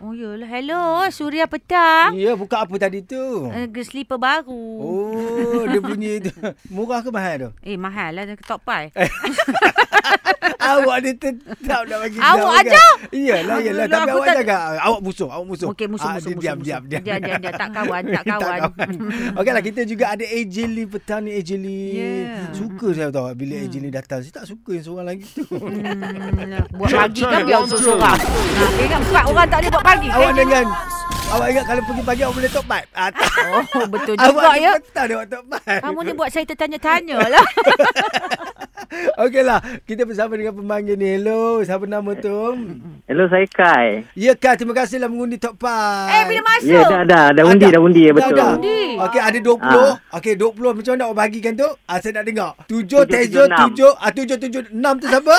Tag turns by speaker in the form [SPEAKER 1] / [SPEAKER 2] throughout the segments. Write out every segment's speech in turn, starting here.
[SPEAKER 1] Oh, yalah. Hello, Suria Petang.
[SPEAKER 2] Ya, buka apa tadi tu?
[SPEAKER 1] Uh, slipper baru. Oh.
[SPEAKER 2] Oh, dia punya tu. Murah ke mahal tu?
[SPEAKER 1] Eh, mahal lah. Ketok pai.
[SPEAKER 2] Eh, awak ni tetap nak bagi
[SPEAKER 1] Awak
[SPEAKER 2] jawab, kan?
[SPEAKER 1] aja.
[SPEAKER 2] Iyalah, iyalah.
[SPEAKER 1] Aduh,
[SPEAKER 2] Tapi
[SPEAKER 1] aku
[SPEAKER 2] awak
[SPEAKER 1] tak-
[SPEAKER 2] cakap, awak musuh, awak musuh.
[SPEAKER 1] Okey, musuh,
[SPEAKER 2] Ah,
[SPEAKER 1] musuh,
[SPEAKER 2] dia
[SPEAKER 1] musuh,
[SPEAKER 2] diam,
[SPEAKER 1] musuh.
[SPEAKER 2] diam, diam.
[SPEAKER 1] Diam, diam, diam. Tak kawan, tak kawan.
[SPEAKER 2] Okeylah, lah, kita juga ada AJ Lee petang ni, AJ Lee.
[SPEAKER 1] Ya.
[SPEAKER 2] Suka saya tahu bila AJ Lee datang. Saya tak suka yang seorang lagi tu.
[SPEAKER 1] Hmm, buat pagi kan biar untuk seorang. Ha, eh, kan bukan orang tak boleh buat pagi.
[SPEAKER 2] awak
[SPEAKER 1] Eh,
[SPEAKER 2] dengan Awak ingat kalau pergi pagi awak boleh top pipe? Ah, tak.
[SPEAKER 1] Oh, betul juga
[SPEAKER 2] awak ni
[SPEAKER 1] ya.
[SPEAKER 2] petang dia awak top pipe.
[SPEAKER 1] Kamu ni buat saya tertanya-tanya lah.
[SPEAKER 2] Okeylah, lah, kita bersama dengan pemanggil ni. Hello, siapa nama tu?
[SPEAKER 3] Hello, saya Kai.
[SPEAKER 2] Ya Kak, terima kasihlah mengundi top 5.
[SPEAKER 1] eh, bila masuk?
[SPEAKER 3] Ya, dah, dah. Dah undi, dah undi. Ya, betul.
[SPEAKER 1] dah. Undi.
[SPEAKER 2] Okey, ada 20.
[SPEAKER 3] Ah.
[SPEAKER 2] Okey, 20 macam mana awak bagikan tu? Ah, saya nak dengar. 7, Tejo, 7, ah, 7, 7,
[SPEAKER 3] 776.
[SPEAKER 2] 6 tu siapa?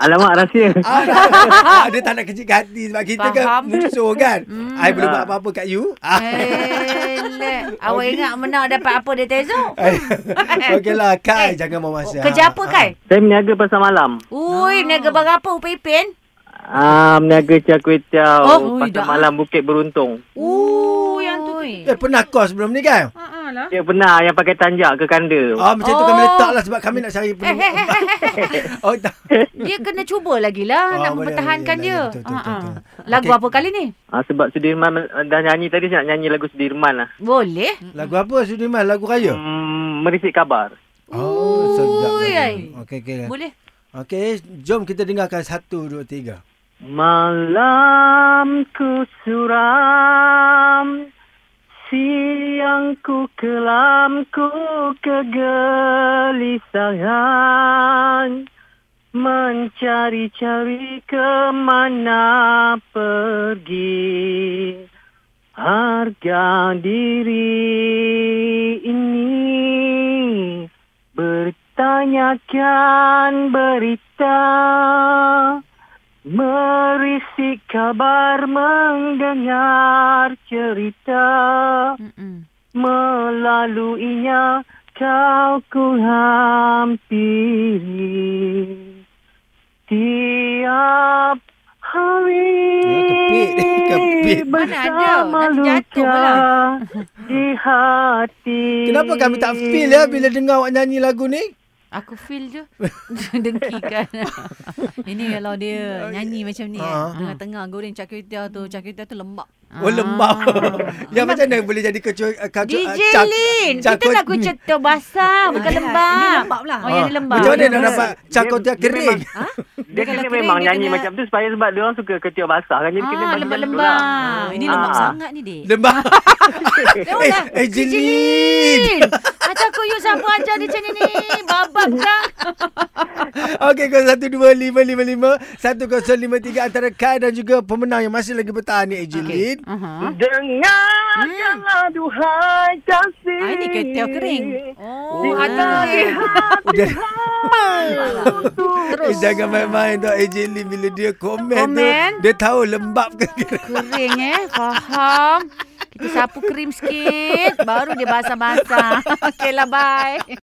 [SPEAKER 3] Alamak, rahsia.
[SPEAKER 2] ah, dah. ah, dia tak nak kecil hati sebab kita
[SPEAKER 1] Faham.
[SPEAKER 2] kan musuh kan. Hmm. I belum buat
[SPEAKER 3] Ah.
[SPEAKER 2] apa-apa kat you. Ah.
[SPEAKER 1] Eh, lek. Awak ingat menang dapat apa dia Tezo?
[SPEAKER 2] Eh, ah, Okeylah, lah,
[SPEAKER 1] Eh,
[SPEAKER 2] Kai jangan mawas. ya.
[SPEAKER 1] Kerja apa, Kai?
[SPEAKER 3] Saya meniaga pasar malam.
[SPEAKER 2] Ah.
[SPEAKER 1] Ui, meniaga berapa Upipin?
[SPEAKER 3] Ah, meniaga Cia Kuih Tiao.
[SPEAKER 1] Oh, dah.
[SPEAKER 3] pasar malam Bukit Beruntung.
[SPEAKER 1] Oh, yang tu.
[SPEAKER 2] Eh, pernah kos belum ni kan?
[SPEAKER 1] Ha lah.
[SPEAKER 3] Ya, benar. Yang pakai tanjak ke kanda.
[SPEAKER 2] Ah, macam tu kami
[SPEAKER 1] Oh.
[SPEAKER 2] letak lah sebab kami nak
[SPEAKER 1] Eh,
[SPEAKER 2] cari
[SPEAKER 1] eh,
[SPEAKER 2] penumpang.
[SPEAKER 1] eh, eh, eh.
[SPEAKER 2] Oh, tak.
[SPEAKER 1] Dia kena cuba lagi lah
[SPEAKER 2] Oh,
[SPEAKER 1] nak
[SPEAKER 2] boleh,
[SPEAKER 1] mempertahankan
[SPEAKER 2] boleh,
[SPEAKER 1] dia.
[SPEAKER 2] boleh, betul, betul,
[SPEAKER 1] Ha-ha.
[SPEAKER 2] betul, betul.
[SPEAKER 1] Lagu
[SPEAKER 2] Okey.
[SPEAKER 1] apa kali ni?
[SPEAKER 3] Ah, sebab Sudirman men- dah nyanyi tadi, saya nak nyanyi lagu Sudirman lah.
[SPEAKER 1] Boleh.
[SPEAKER 2] Lagu apa Sudirman? Lagu raya?
[SPEAKER 3] Hmm, merisik kabar.
[SPEAKER 2] Oh, sedap.
[SPEAKER 1] Ui, ai.
[SPEAKER 2] lagu tu. Okey, okey. eh.
[SPEAKER 1] Boleh.
[SPEAKER 2] Okey, eh, jom kita dengarkan satu, dua, tiga.
[SPEAKER 3] Malamku suram Siangku kelamku kegelisahan Mencari-cari kemana pergi Harga diri ini Bertanyakan berita Merisik kabar mendengar cerita
[SPEAKER 1] Mm-mm.
[SPEAKER 3] Melaluinya kau ku hampiri Tiap hari
[SPEAKER 2] Ya, kepit. Kepit.
[SPEAKER 1] Mana ada?
[SPEAKER 3] Bersama
[SPEAKER 1] Nanti jatuh
[SPEAKER 3] luka
[SPEAKER 1] pula.
[SPEAKER 3] di hati
[SPEAKER 1] Eh.
[SPEAKER 2] Kenapa kami tak feel ya bila dengar awak nyanyi lagu ni?
[SPEAKER 1] Aku feel je dengki kan.
[SPEAKER 4] Ini kalau dia nyanyi macam ni kan.
[SPEAKER 2] Ah.
[SPEAKER 4] Tengah-tengah goreng char kway teow tu. Char kway teow tu lembap.
[SPEAKER 2] Oh lembab.
[SPEAKER 1] Ah.
[SPEAKER 2] ya macam mana boleh jadi kecoh eh, kecoh
[SPEAKER 1] DJ Lin, kita lagu cetok basah bukan
[SPEAKER 4] Ah, Ini
[SPEAKER 1] lembab.
[SPEAKER 4] lembap lah.
[SPEAKER 1] Oh, yang dia lembab.
[SPEAKER 2] Hmm. Ah. Ha. Macam mana nak
[SPEAKER 3] Dia-
[SPEAKER 2] dapat
[SPEAKER 3] dia-
[SPEAKER 2] cakotia
[SPEAKER 3] dia
[SPEAKER 2] kering?
[SPEAKER 3] memang-
[SPEAKER 1] Ah.
[SPEAKER 4] Ha?
[SPEAKER 3] Dia kena memang nyanyi macam tu supaya sebab dia orang suka ketiak basah kan. Jadi
[SPEAKER 1] Ah,
[SPEAKER 3] kena bagi macam tu
[SPEAKER 1] lembab-lembab.
[SPEAKER 3] lah.
[SPEAKER 4] Ah, ini lembab
[SPEAKER 3] Ah.
[SPEAKER 4] sangat ni, Dek.
[SPEAKER 2] Lembab.
[SPEAKER 1] Tahu
[SPEAKER 2] eh,
[SPEAKER 1] lah.
[SPEAKER 2] eh
[SPEAKER 1] DJ Lin.
[SPEAKER 2] Jilin.
[SPEAKER 1] Macam aku you Ah, siapa ajar dia macam ni. Babak dah.
[SPEAKER 2] Okey, 012555 1053 antara Kai dan juga pemenang yang masih lagi bertahan ni eh, Ejilin.
[SPEAKER 1] Uh-huh.
[SPEAKER 3] Dengarkanlah duhai kasih.
[SPEAKER 4] Ah, ini ketiak kering.
[SPEAKER 1] Oh, hati kering.
[SPEAKER 2] Okay. Eh,
[SPEAKER 1] Terus.
[SPEAKER 2] jangan main-main tau Ejilin bila dia komen,
[SPEAKER 1] Komen.
[SPEAKER 2] tu. Dia tahu lembab ke kering.
[SPEAKER 1] Kering eh. Faham. Kita sapu krim sikit. Baru dia basah-basah. Okeylah, bye.